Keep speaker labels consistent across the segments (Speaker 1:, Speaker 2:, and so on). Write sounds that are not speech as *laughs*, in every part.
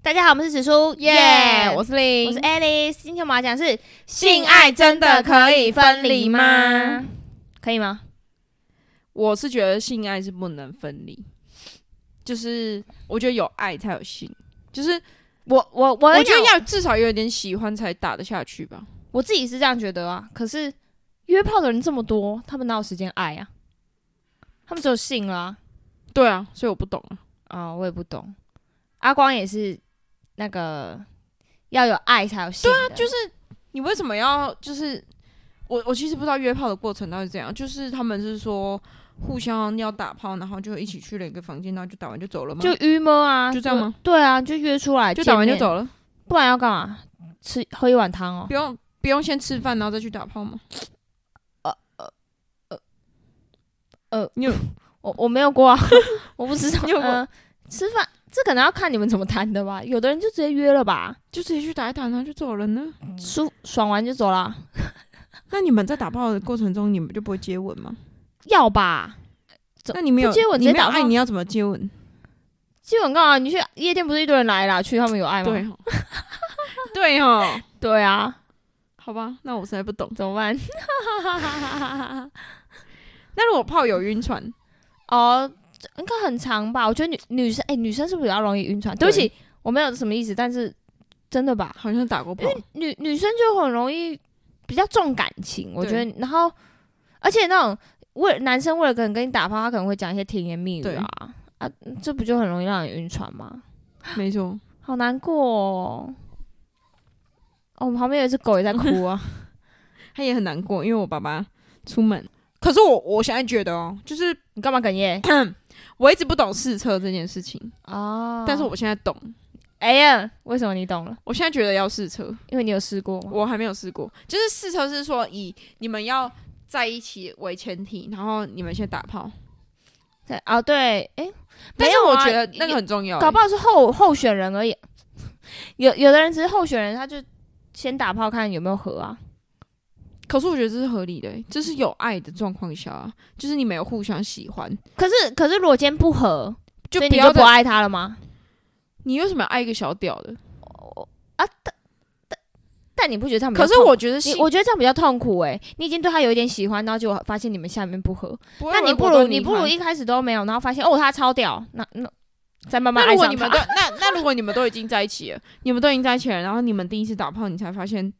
Speaker 1: 大家好，我们是紫苏，
Speaker 2: 耶、我是
Speaker 1: 我
Speaker 2: 林，
Speaker 1: 是 Alice。今天我们要讲的是
Speaker 2: 性爱真的可以分离吗？
Speaker 1: 可以吗？
Speaker 2: 我是觉得性爱是不能分离，就是我觉得有爱才有性，就是
Speaker 1: 我我我
Speaker 2: 我
Speaker 1: 跟你
Speaker 2: 觉得
Speaker 1: 讲
Speaker 2: 要至少有点喜欢才打得下去吧。
Speaker 1: 我自己是这样觉得啊。可是约炮的人这么多，他们哪有时间爱啊？他们只有性了啊。
Speaker 2: 对啊，所以我不懂啊。
Speaker 1: 哦，我也不懂。阿光也是那个要有爱才有性的，对啊，
Speaker 2: 就是你为什么要就是我我其实不知道约炮的过程到底是怎样，就是他们是说互相要打炮，然后就一起去了一个房间，然后就打完就走了吗？
Speaker 1: 就约么啊，
Speaker 2: 就这样吗
Speaker 1: 对？对啊，就约出来，
Speaker 2: 就打完就
Speaker 1: 见面，
Speaker 2: 走了，
Speaker 1: 不然要干嘛？吃喝一碗汤哦
Speaker 2: 不。用不用先吃饭然后再去打炮吗？
Speaker 1: 我我没有过、
Speaker 2: *laughs*
Speaker 1: 啊，我不知道。
Speaker 2: 你有过
Speaker 1: 呃吃饭这可能要看你们怎么谈的吧，有的人就直接约了吧，
Speaker 2: 就直接去打一打，然后就走了呢？
Speaker 1: 舒爽完就走啦，
Speaker 2: 那你们在打炮的过程中，你们就不会接吻吗？
Speaker 1: 要吧？走
Speaker 2: 那你没有
Speaker 1: 不接吻
Speaker 2: 你
Speaker 1: 直
Speaker 2: 没
Speaker 1: 接
Speaker 2: 有
Speaker 1: 打
Speaker 2: 爱，
Speaker 1: 炮
Speaker 2: 你要怎么接吻？
Speaker 1: 基本干嘛？你去夜店不是一堆人来啦？去他们有爱吗？
Speaker 2: 对哦， *laughs* 对哦，
Speaker 1: 对啊，
Speaker 2: 好吧，那我实在不懂。
Speaker 1: 怎么办？
Speaker 2: 那如果炮友晕船，
Speaker 1: 哦，这应该很长吧？我觉得女女生哎、女生是不是比较容易晕船？对不起，我没有什么意思，但是真的吧，
Speaker 2: 好像打过炮，
Speaker 1: 女女生就很容易比较重感情，我觉得
Speaker 2: 对。
Speaker 1: 然后，而且那种为男生为了可能跟你打炮，他可能会讲一些甜言蜜语啊啊，这不就很容易让人晕船吗？
Speaker 2: 没错。
Speaker 1: 好难过哦。哦，我们旁边有一只狗也在哭
Speaker 2: *laughs*
Speaker 1: 啊。
Speaker 2: 他也很难过，因为我爸爸出门。可是我我现在觉得哦，就是
Speaker 1: 你干嘛哽
Speaker 2: *coughs*
Speaker 1: 咽？
Speaker 2: 我一直不懂试车这件事情，
Speaker 1: 哦，
Speaker 2: 但是我现在懂，
Speaker 1: 哎呀，为什么你懂了？
Speaker 2: 我现在觉得要试车，
Speaker 1: 因为你有试过吗？
Speaker 2: 我还没有试过。就是试车是说以你们要在一起为前提，然后你们先打炮。
Speaker 1: 在啊，对，哎、没
Speaker 2: 但是
Speaker 1: 有
Speaker 2: 我
Speaker 1: 啊
Speaker 2: 觉得那个很重要、
Speaker 1: 搞不好是候候选人而已。有有的人只是候选人，他就先打炮看有没有合啊。
Speaker 2: 可是我觉得这是合理的欸、这是有爱的状况下、啊，就是你们有互相喜欢，
Speaker 1: 可是可是，如果今天不合，
Speaker 2: 就
Speaker 1: 所以
Speaker 2: 不
Speaker 1: 你
Speaker 2: 要
Speaker 1: 就不
Speaker 2: 再。
Speaker 1: 爱他了吗？
Speaker 2: 你为什么要爱一个小屌的？
Speaker 1: 但你不觉得这样比较
Speaker 2: 可
Speaker 1: 痛？
Speaker 2: 是我觉得
Speaker 1: 你
Speaker 2: 性，
Speaker 1: 我觉得这样比较痛苦哎、你已经对他有一点喜欢，然后结果发现你们下面不合，
Speaker 2: 不会
Speaker 1: 那你
Speaker 2: 我
Speaker 1: 不
Speaker 2: 我都
Speaker 1: 如你
Speaker 2: 离
Speaker 1: 不如
Speaker 2: 开
Speaker 1: 一开始都没有，然后发现哦他超屌，那那再慢慢
Speaker 2: 那
Speaker 1: 爱
Speaker 2: 如果
Speaker 1: 上
Speaker 2: 你
Speaker 1: 他
Speaker 2: 们都。那那如果你们都已经在一起了，你们都已经在一起了，然后你们第一次打炮，你才发现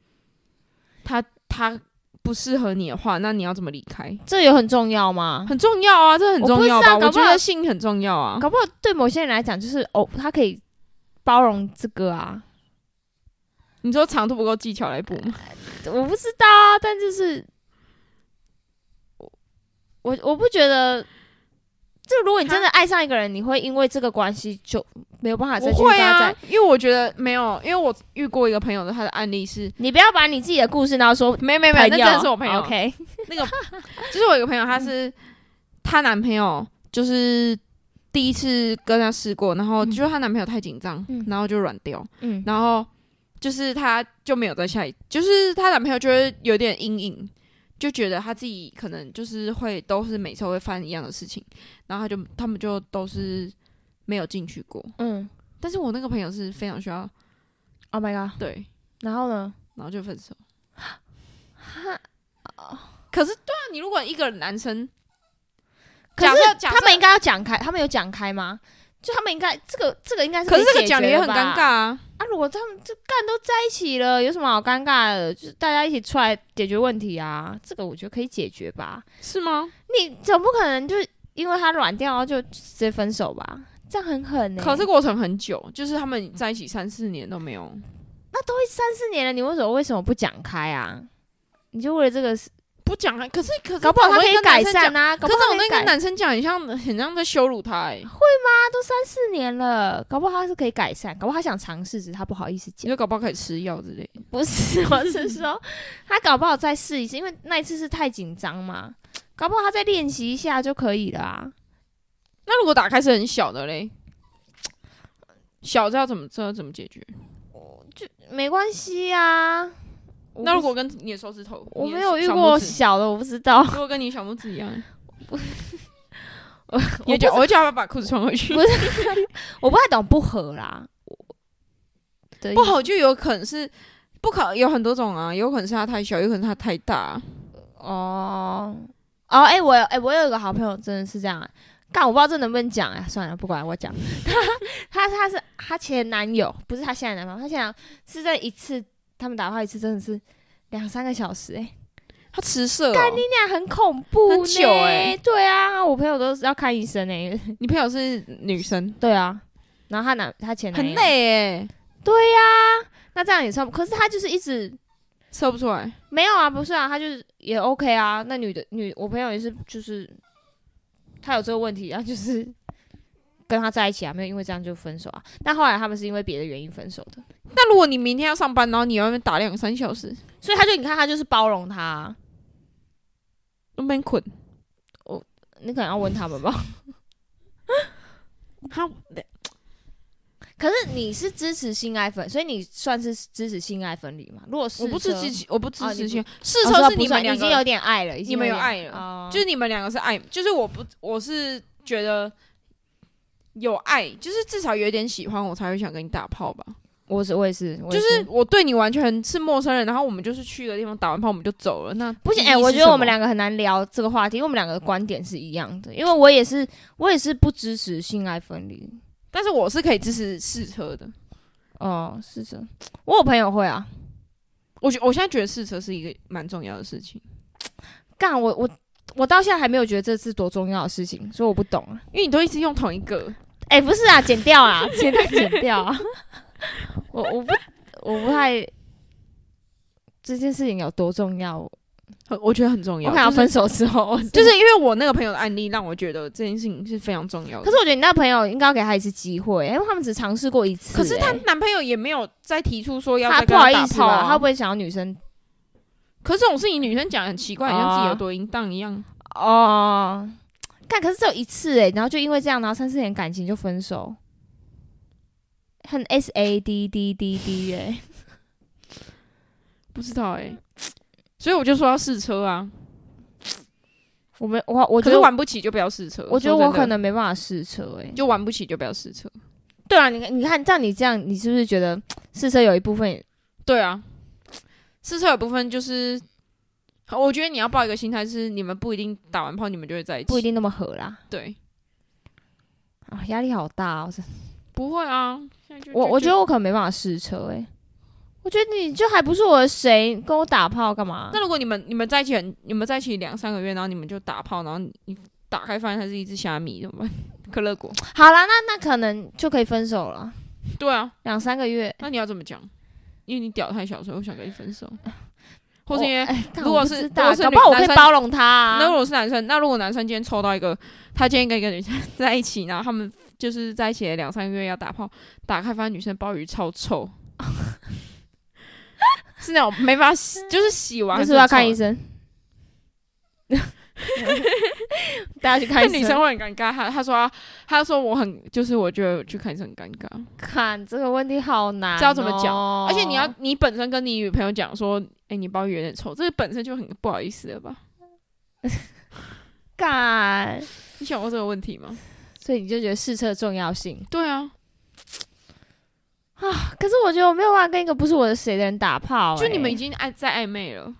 Speaker 2: 他他不适合你的话，那你要怎么离开？
Speaker 1: 这有很重要吗？
Speaker 2: 很重要啊，这很重要吧？
Speaker 1: 嗯我不知道
Speaker 2: 我
Speaker 1: 搞不
Speaker 2: 觉
Speaker 1: 好
Speaker 2: 得性很重要啊。
Speaker 1: 搞不好对某些人来讲，就是哦，他可以包容这个啊，
Speaker 2: 你说长度不够技巧来补吗？
Speaker 1: 我不知道啊，但就是我我不觉得，就如果你真的爱上一个人，你会因为这个关系就没有办法再
Speaker 2: 我
Speaker 1: 去
Speaker 2: 会
Speaker 1: 发
Speaker 2: 啊
Speaker 1: 展。，
Speaker 2: 因为我觉得没有，因为我遇过一个朋友的，他的案例是
Speaker 1: 你不要把你自己的故事然后说
Speaker 2: 没没没，
Speaker 1: 朋
Speaker 2: 那
Speaker 1: 友，
Speaker 2: 真的是我朋友。
Speaker 1: OK，
Speaker 2: 那个就是我有一个朋友，她
Speaker 1: 嗯
Speaker 2: 是她男朋友，就是第一次跟她试过，然后
Speaker 1: 嗯
Speaker 2: 就是她男朋友太紧张，
Speaker 1: 嗯
Speaker 2: 然后就软掉，
Speaker 1: 嗯，
Speaker 2: 然后就是她就没有再下一，就是她男朋友就会有点阴影，就觉得她自己可能就是会都是每次会犯一样的事情，然后她就他们就都是没有进去过。
Speaker 1: 嗯
Speaker 2: 但是我那个朋友是非常需要
Speaker 1: ，Oh my god，
Speaker 2: 对，
Speaker 1: 然后呢？
Speaker 2: 然后就分手。
Speaker 1: 哦
Speaker 2: 可是对啊，你如果一个男生。
Speaker 1: 可是
Speaker 2: 假设假设
Speaker 1: 他们应该要讲开，他们有讲开吗？就他们应该这个这个应该是
Speaker 2: 可
Speaker 1: 可以
Speaker 2: 是这个
Speaker 1: 解
Speaker 2: 讲的
Speaker 1: 决
Speaker 2: 也
Speaker 1: 的
Speaker 2: 很尴
Speaker 1: 吧
Speaker 2: 尬啊，
Speaker 1: 啊！如果他们这干都在一起了，有什么好尴尬的？就是大家一起出来解决问题啊，这个我觉得可以解决吧。
Speaker 2: 是吗？
Speaker 1: 你总不可能就是因为他软掉然后就直接分手吧？这样很狠欸呢、
Speaker 2: 可是过程很久，就是他们在一起三四年都没有。
Speaker 1: 那都会三四年了，你为什么为什么不讲开啊？你就为了这个事，
Speaker 2: 不讲啊，可是可是
Speaker 1: 搞不好他可
Speaker 2: 这种东西
Speaker 1: 以
Speaker 2: 跟
Speaker 1: 改
Speaker 2: 男生
Speaker 1: 善
Speaker 2: 讲，
Speaker 1: 啊！搞
Speaker 2: 可
Speaker 1: 不好
Speaker 2: 是
Speaker 1: 可
Speaker 2: 这种东
Speaker 1: 以
Speaker 2: 西
Speaker 1: 改
Speaker 2: 跟男生讲，很像很像在羞辱他、欸。
Speaker 1: 四年了，搞不好他是可以改善，搞不好他想尝试，只是他不好意思
Speaker 2: 你 *laughs*
Speaker 1: 讲。
Speaker 2: 就搞不好可以吃药之类的。
Speaker 1: 不是，我是说 *laughs* 他搞不好再试一次，因为那一次是太紧张嘛，搞不好他再练习一下就可以了啊。
Speaker 2: 那如果打开是很小的嘞，小这要怎么这要怎么解决？
Speaker 1: 没关系啊。我不
Speaker 2: 那如果跟你的手指头，
Speaker 1: 我
Speaker 2: 你的
Speaker 1: 没有遇
Speaker 2: 小
Speaker 1: 过
Speaker 2: 拇指
Speaker 1: 小的，我不知道。
Speaker 2: 如果跟你小拇指一样，
Speaker 1: *laughs* 我
Speaker 2: 你就我就要把裤子穿回去
Speaker 1: 不。我不太懂不合啦，我的
Speaker 2: 不好就有可能是不可有很多种啊，有可能是他太小，有可能是他太大。
Speaker 1: 哦哦，哎、我有哎、我有一个好朋友真的是这样、啊，但我不知道这能不能讲啊，算了，不管我讲。他他他是他前男友，不是他现在男朋友，他现在是在一次他们打炮一次真的是两三个小时、哎，
Speaker 2: 他吃色、哦，
Speaker 1: 那样很恐怖、
Speaker 2: 很久哎
Speaker 1: 对啊，我朋友都是要看医生呢、哎
Speaker 2: 你朋友是女生，
Speaker 1: 对啊，然后他男他前男
Speaker 2: 很
Speaker 1: 友，
Speaker 2: 累哎，
Speaker 1: 对呀、那这样也算，可是他就是一直
Speaker 2: 射不出来。
Speaker 1: 没有啊，不是啊，他就是也 OK 啊。那女的女，我朋友也是，就是她有这个问题，然后就是跟他在一起啊，没有因为这样就分手啊。但后来他们是因为别的原因分手的，
Speaker 2: 那如果你明天要上班，然后你要那边打两三小时，
Speaker 1: 所以他就你看他就是包容他啊、
Speaker 2: 那边捆
Speaker 1: 你可能要问他们吧。 *laughs*
Speaker 2: 他，
Speaker 1: 可是你是支持性爱分，所以你算是支持性爱分离吗？如果是
Speaker 2: 我不支
Speaker 1: 车
Speaker 2: 持，我不支
Speaker 1: 哦你
Speaker 2: 持
Speaker 1: 不
Speaker 2: 去。试
Speaker 1: 哦
Speaker 2: 车
Speaker 1: 所以
Speaker 2: 是
Speaker 1: 不
Speaker 2: 你
Speaker 1: 算
Speaker 2: 们两
Speaker 1: 已经有
Speaker 2: 个，
Speaker 1: 点爱了，已经
Speaker 2: 你们有
Speaker 1: 点
Speaker 2: 爱了
Speaker 1: 哦、
Speaker 2: 就是你们两个是爱，就是我不，我是觉得有爱，就是至少有一点喜欢，我才会想跟你打炮吧。
Speaker 1: 我是我也是，我
Speaker 2: 就
Speaker 1: 也
Speaker 2: 是我对你完全是陌生人，然后我们就是去一个地方打完炮我们就走了。那
Speaker 1: 不行，
Speaker 2: 意义
Speaker 1: 哎、我
Speaker 2: 是
Speaker 1: 觉得
Speaker 2: 什
Speaker 1: 我们
Speaker 2: 么
Speaker 1: 两个很难聊这个话题，因为我们两个的观点是一样的。因为我也是，我也是不支持性爱分离。
Speaker 2: 但是我是可以支持试车的。
Speaker 1: 哦，是这，我有朋友会啊，
Speaker 2: 我觉我现在觉得试车是一个蛮重要的事情，
Speaker 1: 干我我我到现在还没有觉得这是多重要的事情，所以我不懂啊。
Speaker 2: 因为你都一直用同一个，
Speaker 1: 哎、不是啊，剪掉啊，剪剪掉啊。 *laughs* 我我不我不太这件事情有多重要，我
Speaker 2: 很我觉得很重要。
Speaker 1: 看到
Speaker 2: 就是
Speaker 1: 分手之后，我
Speaker 2: 就
Speaker 1: 就是
Speaker 2: 因为我那个朋友的案例，让我觉得这件事情是非常重要的。
Speaker 1: 可是我觉得你那朋友应该要给他一次机会、因为他们只尝试过一次、
Speaker 2: 可是她
Speaker 1: 哎
Speaker 2: 男朋友也没有再提出说要
Speaker 1: 他
Speaker 2: 再
Speaker 1: 不
Speaker 2: 跟
Speaker 1: 好
Speaker 2: 她
Speaker 1: 意
Speaker 2: 打
Speaker 1: 思
Speaker 2: 炮
Speaker 1: 吧？他
Speaker 2: 啊
Speaker 1: 会不。会想要女生
Speaker 2: 可是这种事情女生讲很奇怪，好像自己有多淫荡一样。
Speaker 1: 哦，看，可是只有一次哎、然后就因为这样，然后三四年感情就分手，很 S A D D D D 哎、
Speaker 2: 不知道哎、所以我就说要试车啊。
Speaker 1: 我们我我觉
Speaker 2: 可是
Speaker 1: 得我
Speaker 2: 玩不起就不要试车。
Speaker 1: 我觉得
Speaker 2: 说真
Speaker 1: 我可
Speaker 2: 的
Speaker 1: 能没办法试车哎、
Speaker 2: 就玩不起就不要试车。
Speaker 1: 对啊，你看你看，像你这样，你是不是觉得试车有一部分
Speaker 2: 对啊，试车有部分就是，我觉得你要抱一个心态是，你们不一定打完炮你们就会在一起。
Speaker 1: 不一定那么合啦？
Speaker 2: 对，
Speaker 1: 啊，压力好大哦！
Speaker 2: 不会啊。现在就
Speaker 1: 我我觉
Speaker 2: 就
Speaker 1: 得我可能没办法试车哎、我觉得你就还不是我的谁，跟我打炮干嘛？
Speaker 2: 那如果你们你们在一起很，你们在一起两三个月，然后你们就打炮，然后你你打开发现它是一只虾米，怎么办？ *laughs* 可
Speaker 1: *laughs*
Speaker 2: 乐果。
Speaker 1: 好啦，那那可能就可以分手了，
Speaker 2: 对啊，
Speaker 1: 两三个月。
Speaker 2: 那你要怎么讲？因为你屌太小，所以我想跟你
Speaker 1: *laughs*
Speaker 2: 分手，或是
Speaker 1: 我
Speaker 2: 因为。
Speaker 1: 哎干
Speaker 2: 如
Speaker 1: 我
Speaker 2: 果
Speaker 1: 不
Speaker 2: 是
Speaker 1: 知
Speaker 2: 如
Speaker 1: 道
Speaker 2: 果是
Speaker 1: 搞
Speaker 2: 女
Speaker 1: 不好我
Speaker 2: 男
Speaker 1: 可以
Speaker 2: 生
Speaker 1: 包容他、啊。
Speaker 2: 那如果是男生，那如果男生今天抽到一个，他今天跟一个女生 *laughs* 在一起，然后他们就是在一起了两三个月要打炮，打开发现女生鲍鱼超臭，是那种没办法洗，就是洗完
Speaker 1: 那
Speaker 2: 还
Speaker 1: 是不是要
Speaker 2: 很臭
Speaker 1: 看医
Speaker 2: *laughs*
Speaker 1: 生？大家去看
Speaker 2: 那
Speaker 1: 医生。
Speaker 2: 女生会很尴尬，她她说她她说我很就是我觉得去看医生很尴尬，
Speaker 1: 看这个问题好难、
Speaker 2: 知道怎么讲，
Speaker 1: 哦
Speaker 2: 而且你要，你本身跟你女朋友讲说，哎、你鲍鱼有点臭，这本身就很不好意思了吧？
Speaker 1: 干，
Speaker 2: 你想过这个问题吗？
Speaker 1: 所以你就觉得试车的重要性。
Speaker 2: 对啊，
Speaker 1: 可是我觉得我没有办法跟一个不是我的谁的人打炮、
Speaker 2: 就你们
Speaker 1: 哎
Speaker 2: 已经爱在暧昧了。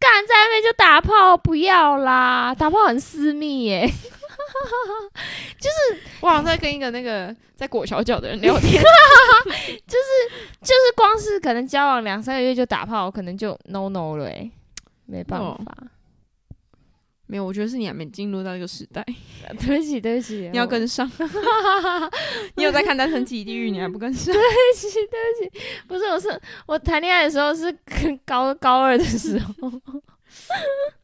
Speaker 1: 干在外面就打炮，不要啦，打炮很私密耶、 *laughs*
Speaker 2: 我好像在跟一个那个在裹小脚的人聊天，
Speaker 1: 就是光是可能交往两三个月就打炮，可能就 no no 了哎、没办
Speaker 2: 哦
Speaker 1: 法。 *laughs*
Speaker 2: 没有，我觉得是你还没进入到这个时代，
Speaker 1: 对不起，对不起，
Speaker 2: 你要
Speaker 1: 我
Speaker 2: *laughs* 跟上。你有在看《单身级地狱》，你还不跟上？
Speaker 1: 对不起，对不起，不是，我是我谈恋爱的时候是 *laughs* 跟高高二的时候。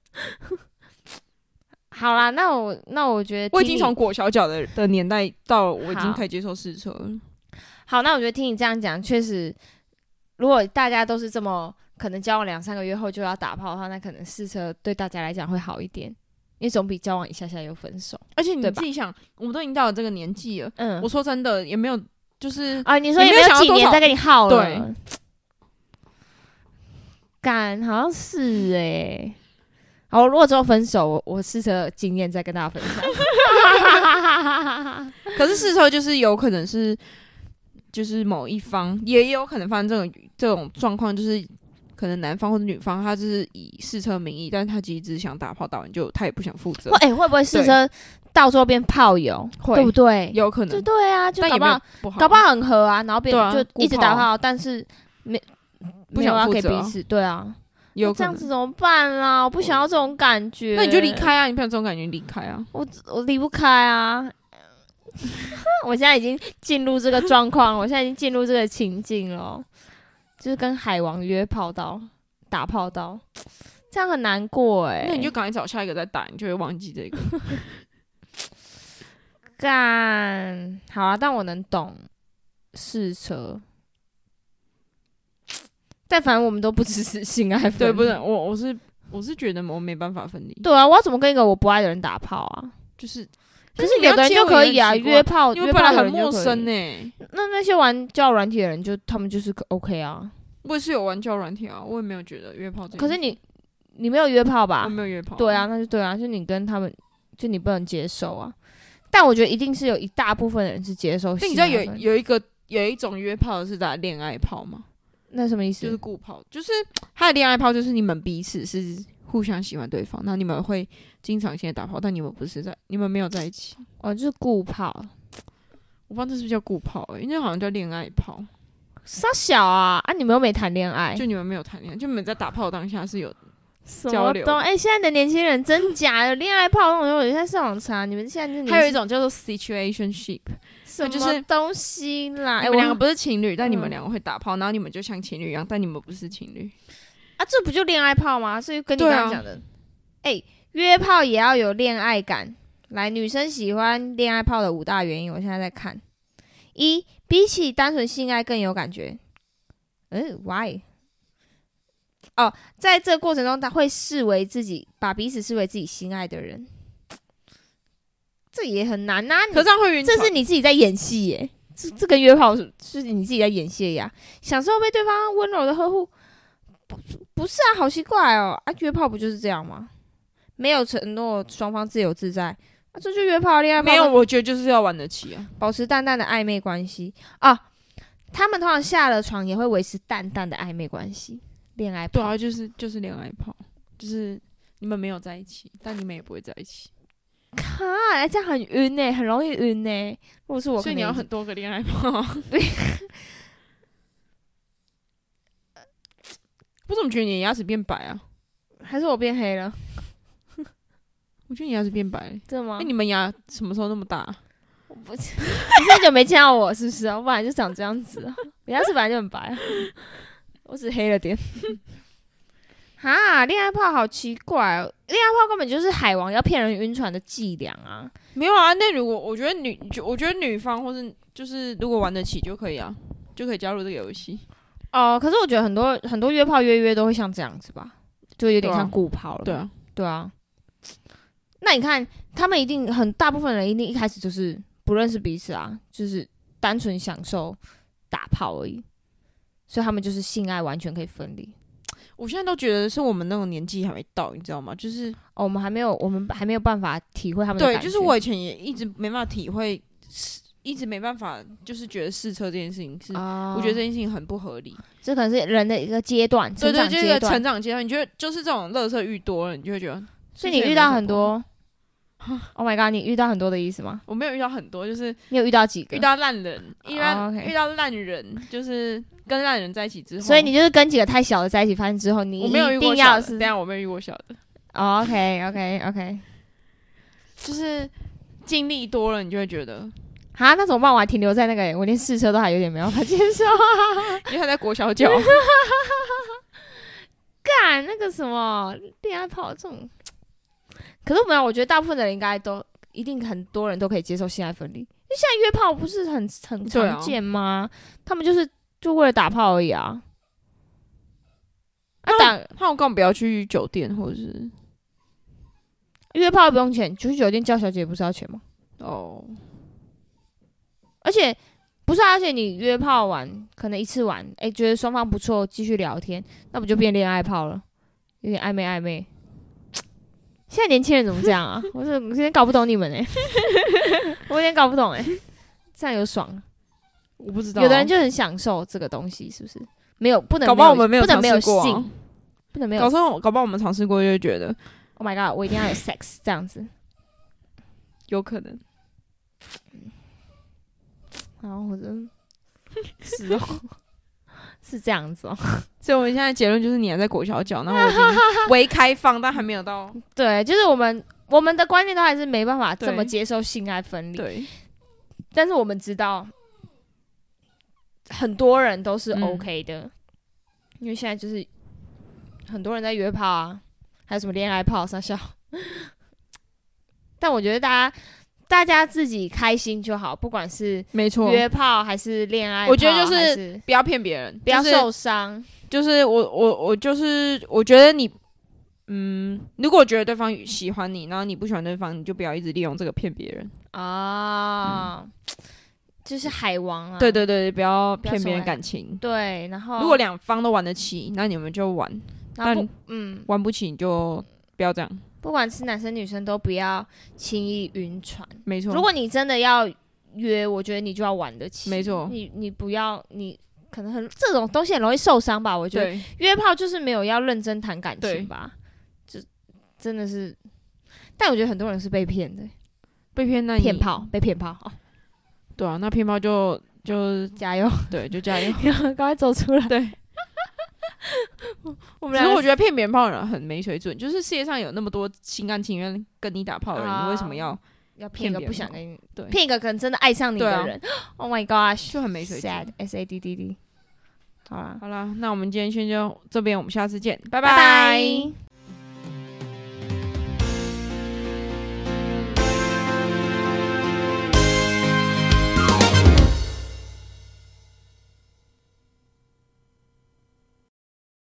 Speaker 1: *laughs* 好啦，那我那我觉得
Speaker 2: 我已
Speaker 1: 听
Speaker 2: 经
Speaker 1: 你
Speaker 2: 从裹小脚的的年代到我已经
Speaker 1: 好
Speaker 2: 可以接受试车了。
Speaker 1: 好，那我觉得听你这样讲，确实，如果大家都是这么可能交往两三个月后就要打炮的话，那可能试车对大家来讲会好一点，因为总比交往一下下又分手。
Speaker 2: 而且你
Speaker 1: 对吧
Speaker 2: 自己想，我们都已经到了这个年纪了，
Speaker 1: 嗯
Speaker 2: 我，说真的也没有，
Speaker 1: *laughs*
Speaker 2: *laughs* 就是
Speaker 1: 啊，你说
Speaker 2: 你
Speaker 1: 有没
Speaker 2: 没有
Speaker 1: 有
Speaker 2: 想要
Speaker 1: 几
Speaker 2: 多
Speaker 1: 年
Speaker 2: 少
Speaker 1: 再跟你耗了？
Speaker 2: 对，
Speaker 1: 干好像是哎、好，我如果之后分手，我我试车经验再跟大家分
Speaker 2: *laughs*
Speaker 1: 享。
Speaker 2: 可是试车就是有可能是，就是某一方也有可能发生这种这种状况，就是可能男方或者女方他就是以试车名义，但是他其实只是想打炮打完就他也不想负责
Speaker 1: 会，哎、会不会试车到最后变炮友，
Speaker 2: 会
Speaker 1: 对不对？
Speaker 2: 有可
Speaker 1: 对
Speaker 2: 能，
Speaker 1: 对啊，就
Speaker 2: 但
Speaker 1: 搞
Speaker 2: 也
Speaker 1: 不
Speaker 2: 没有
Speaker 1: 好
Speaker 2: 不好，
Speaker 1: 搞不好很合啊，然后变
Speaker 2: 对啊
Speaker 1: 就一直
Speaker 2: 顾炮
Speaker 1: 打炮，但是没
Speaker 2: 不
Speaker 1: 没有
Speaker 2: 想
Speaker 1: 要
Speaker 2: 负
Speaker 1: 给
Speaker 2: 责
Speaker 1: 彼
Speaker 2: 啊
Speaker 1: 此，对啊，
Speaker 2: 有
Speaker 1: 那这
Speaker 2: 可
Speaker 1: 样
Speaker 2: 能。
Speaker 1: 子怎么办啦？我不想要这种感觉，
Speaker 2: 那你就离，开啊！你不想这种感觉，你离开啊！
Speaker 1: 我我离不开啊。 *laughs* 我现在已经进入这个状况了，我现在已经进入这个情境了，就是跟海王约炮到打炮到，这样很难过哎、
Speaker 2: 那你就赶快找下一个再打，你就会忘
Speaker 1: *laughs*
Speaker 2: 记这个。
Speaker 1: 干好啊，但我能懂试车，但反正我们都不支持性爱分离，
Speaker 2: 对，不是我，我是我是觉得我没办法分离，
Speaker 1: 对啊，我要怎么跟一个我不爱的人打炮啊？
Speaker 2: 就是
Speaker 1: 可
Speaker 2: 但是
Speaker 1: 是有的人就可以啊，
Speaker 2: 你要接吻
Speaker 1: 约炮，
Speaker 2: 因为
Speaker 1: 约
Speaker 2: 本
Speaker 1: 炮
Speaker 2: 来
Speaker 1: 的
Speaker 2: 很
Speaker 1: 人就
Speaker 2: 陌
Speaker 1: 可以
Speaker 2: 生呢、欸
Speaker 1: 那那些玩交友软体的人就，他们就是可 OK 啊。
Speaker 2: 我也是有玩交友软体啊，我也没有觉得约炮这件事。
Speaker 1: 可是你你没有约炮吧
Speaker 2: 我？没有约炮，
Speaker 1: 对啊，，那就对啊，就你跟他们，就你不能接受啊。但我觉得一定是有一大部分的人是接受性爱啊
Speaker 2: 那
Speaker 1: 分。
Speaker 2: 你知道有有一个有一种约炮是打恋爱炮吗？
Speaker 1: 那什么意思？
Speaker 2: 就是固炮，就是他的恋爱炮，就是你们彼此是互相喜欢对方，那你们会经常性的打炮，但你们不是在，你们没有在一起。
Speaker 1: 哦，就是固炮。
Speaker 2: 我不知道这是不是叫固炮、欸，因为好像叫恋爱炮，
Speaker 1: 傻小啊啊！你们又没谈恋爱，
Speaker 2: 就你们没有谈恋爱，就你们在打炮当下是有
Speaker 1: 什
Speaker 2: 交
Speaker 1: 么
Speaker 2: 流
Speaker 1: 东？哎、现在的年轻人真假的恋爱炮那种东西，我现在上网查，你们现在就
Speaker 2: 还有一种叫做 situationship，
Speaker 1: 什
Speaker 2: 就
Speaker 1: 么
Speaker 2: 是
Speaker 1: 东西啦？哎、
Speaker 2: 你
Speaker 1: 我
Speaker 2: 们两个不是情侣，但你们
Speaker 1: 嗯
Speaker 2: 两个会打炮，然后你们就像情侣一样，但你们不是情侣。
Speaker 1: 啊，这不就恋爱炮吗？所以跟你
Speaker 2: 对
Speaker 1: 刚
Speaker 2: 啊
Speaker 1: 刚讲的，哎、约炮也要有恋爱感。来，女生喜欢恋爱炮的五大原因，我现在在看。一，比起单纯性爱更有感觉。嗯，why？哦，在这个过程中，他会视为自己，把彼此视为自己心爱的人，这也很难啊呐、你
Speaker 2: 可是这样会晕
Speaker 1: 嗯
Speaker 2: 船，
Speaker 1: 这是你自己在演戏耶，这这跟约炮是是你自己在演戏呀、享受被对方温柔的呵护，不不是啊，好奇怪哦啊，约炮不就是这样吗？没有承诺，双方自由自在啊，这就约炮恋爱炮
Speaker 2: 没有，我觉得就是要玩得起啊。
Speaker 1: 保持淡淡的暧昧关系啊。他们通常下了床也会维持淡淡的暧昧关系，恋爱
Speaker 2: 对
Speaker 1: 炮。
Speaker 2: 啊，就是就是恋爱炮，就是你们没有在一起，但你们也不会在一起，
Speaker 1: 看、哎这样很晕呢、很容易晕呢、如果是我，
Speaker 2: 所以你要很多个恋爱
Speaker 1: *laughs*
Speaker 2: 炮。我怎么觉得你的牙齿变白啊？
Speaker 1: 还是我变黑了，
Speaker 2: 我觉得你牙齿变白了。
Speaker 1: 真的吗？
Speaker 2: 那、你们牙什么时候那么大啊、
Speaker 1: 我不， *laughs* 你是很久没见到我是不是啊？我本来就长这样子啊，我牙齿本来就很白啊， *laughs* 我只黑了点。 *laughs* 哈，恋爱炮好奇怪、哦，恋爱炮根本就是海王要骗人晕船的伎俩啊！
Speaker 2: 没有啊，那如果我觉得女，就我觉得女方或是就是如果玩得起就可以啊，就可以加入这个游戏。
Speaker 1: 哦、可是我觉得很多很多约炮约约都会像这样子吧，就有点
Speaker 2: 对啊
Speaker 1: 像固炮了。
Speaker 2: 对啊，
Speaker 1: 对啊，那你看他们一定很大部分人一定一开始就是不认识彼此啊，就是单纯享受打炮而已，所以他们就是性爱完全可以分离。
Speaker 2: 我现在都觉得是我们那种年纪还没到，你知道吗？就是
Speaker 1: 哦，我们还没有，我们还没有办法体会他们的
Speaker 2: 对，
Speaker 1: 感
Speaker 2: 就是
Speaker 1: 觉
Speaker 2: 我以前也一直没办法体会，一直没办法，就是觉得试车这件事情是，
Speaker 1: 啊
Speaker 2: 我觉得这件事情很不合理。
Speaker 1: 这可能是人的一个阶段，成
Speaker 2: 对对，
Speaker 1: 长
Speaker 2: 就是一个
Speaker 1: 阶
Speaker 2: 成
Speaker 1: 段，
Speaker 2: 长阶段，你觉得就是这种乐色遇多了，你就会觉得
Speaker 1: 所以你遇到很多。Oh my god！你遇到很多的意思吗？
Speaker 2: 我没有遇到很多，就是
Speaker 1: 你有遇到几个？
Speaker 2: 遇到烂人，
Speaker 1: 哦
Speaker 2: 遇到
Speaker 1: ，OK
Speaker 2: 遇到烂人，就是跟烂人在一起之后，
Speaker 1: 所以你就是跟几个太小的在一起，发现之后你
Speaker 2: 我没有遇
Speaker 1: 一定
Speaker 2: 过小
Speaker 1: 要
Speaker 2: 的，
Speaker 1: 是
Speaker 2: 等一下我没有遇过小的，
Speaker 1: 哦，OK OK OK。
Speaker 2: 就是经历多了，你就会
Speaker 1: *laughs*
Speaker 2: 觉得，
Speaker 1: 啊，那怎么办？我还停留在那个欸、我连试车都还有点没办法接受。
Speaker 2: 因为他在裹小脚，
Speaker 1: *laughs* 干那个什么恋爱炮这种，可是没有，我觉得大部分的人应该都一定很多人都可以接受性爱分离。就现在约炮不是很很
Speaker 2: 对啊
Speaker 1: 常见吗？他们就是就为了打炮而已啊。啊
Speaker 2: 那
Speaker 1: 打
Speaker 2: 那我根本不要去酒店或者是
Speaker 1: 约炮又不用钱，去酒店叫小姐不是要钱吗？
Speaker 2: 哦，
Speaker 1: 而且不是、啊，而且你约炮完，可能一次完，哎、觉得双方不错，继续聊天，那不就变恋爱炮了？有点暧昧暧昧。现在年轻人怎么这样啊？ *laughs* 我是欸 *laughs* 有点搞不懂你们哎、我有点搞不懂哎、这样有爽？
Speaker 2: 我不知道啊，
Speaker 1: 有的人就很享受这个东西，是不是？没有，不能
Speaker 2: 搞不好我们没有
Speaker 1: 不能没有
Speaker 2: 尝试过啊
Speaker 1: 性，不能没有
Speaker 2: 搞。上搞不好我们尝试过就会觉得
Speaker 1: Oh my god！我一定要有 sex 这样子。
Speaker 2: 有可能。
Speaker 1: 然后
Speaker 2: *laughs*
Speaker 1: 我真是哦， *laughs* 是这样子哦。
Speaker 2: 所以我们现在结论就是你还在裹小脚，然后我
Speaker 1: *laughs*
Speaker 2: 已经微开放，但还没有到
Speaker 1: 对，就是我们我们的观念都还是没办法这么
Speaker 2: 对
Speaker 1: 接受性爱分离，
Speaker 2: 对
Speaker 1: 但是我们知道很多人都是
Speaker 2: 嗯
Speaker 1: OK 的，因为现在就是很多人在约炮啊，还有什么恋爱炮傻笑。 *laughs* 但我觉得大家大家自己开心就好，不管是
Speaker 2: 没错，
Speaker 1: 约炮还是恋爱炮，
Speaker 2: 我觉得就是
Speaker 1: 还
Speaker 2: 不要骗别人，
Speaker 1: 不要
Speaker 2: 就是
Speaker 1: 受伤。
Speaker 2: 就是我我我就是我觉得你，嗯，如果觉得对方喜欢你，然后你不喜欢对方，你就不要一直利用这个骗别人。
Speaker 1: 啊、哦就是海王啊，
Speaker 2: 嗯对对对，不要
Speaker 1: 不要
Speaker 2: 骗
Speaker 1: 手
Speaker 2: 别人
Speaker 1: 来
Speaker 2: 感情。
Speaker 1: 对，然后
Speaker 2: 如果两方都玩得起，那你们就玩；
Speaker 1: 然后不
Speaker 2: 但
Speaker 1: 嗯，
Speaker 2: 玩不起你就不要这样。
Speaker 1: 不管是男生女生都不要轻易晕船。
Speaker 2: 没错，
Speaker 1: 如果你真的要约，我觉得你就要玩得起，
Speaker 2: 没错
Speaker 1: 你你不要你可能很这种东西很容易受伤吧？我觉得
Speaker 2: 对
Speaker 1: 约炮就是没有要认真谈感
Speaker 2: 对
Speaker 1: 情吧，就真的是。但我觉得很多人是被骗的，
Speaker 2: 被骗那你嗯
Speaker 1: 骗炮被骗炮，哦、
Speaker 2: 对啊，那骗炮就就 *laughs*
Speaker 1: 加油， *laughs*
Speaker 2: 对就加油。
Speaker 1: 赶快走出来。
Speaker 2: 对，
Speaker 1: *laughs* 我
Speaker 2: 其
Speaker 1: 们
Speaker 2: 实
Speaker 1: 俩
Speaker 2: 我觉得骗别人炮的人很没水准，就是世界上有那么多心甘情愿跟你打炮的人，你为什么
Speaker 1: 哦
Speaker 2: 要
Speaker 1: 要骗一个
Speaker 2: 骗别人
Speaker 1: 不想
Speaker 2: 吗
Speaker 1: 跟你，
Speaker 2: 对
Speaker 1: 骗一个可能真的爱上你
Speaker 2: 对啊
Speaker 1: 的人。Oh my gosh，
Speaker 2: 就很没水
Speaker 1: sad
Speaker 2: 准？
Speaker 1: s a d d d。好啦，
Speaker 2: 好啦，那我们今天先就这边，我们下次见，拜
Speaker 1: 拜拜。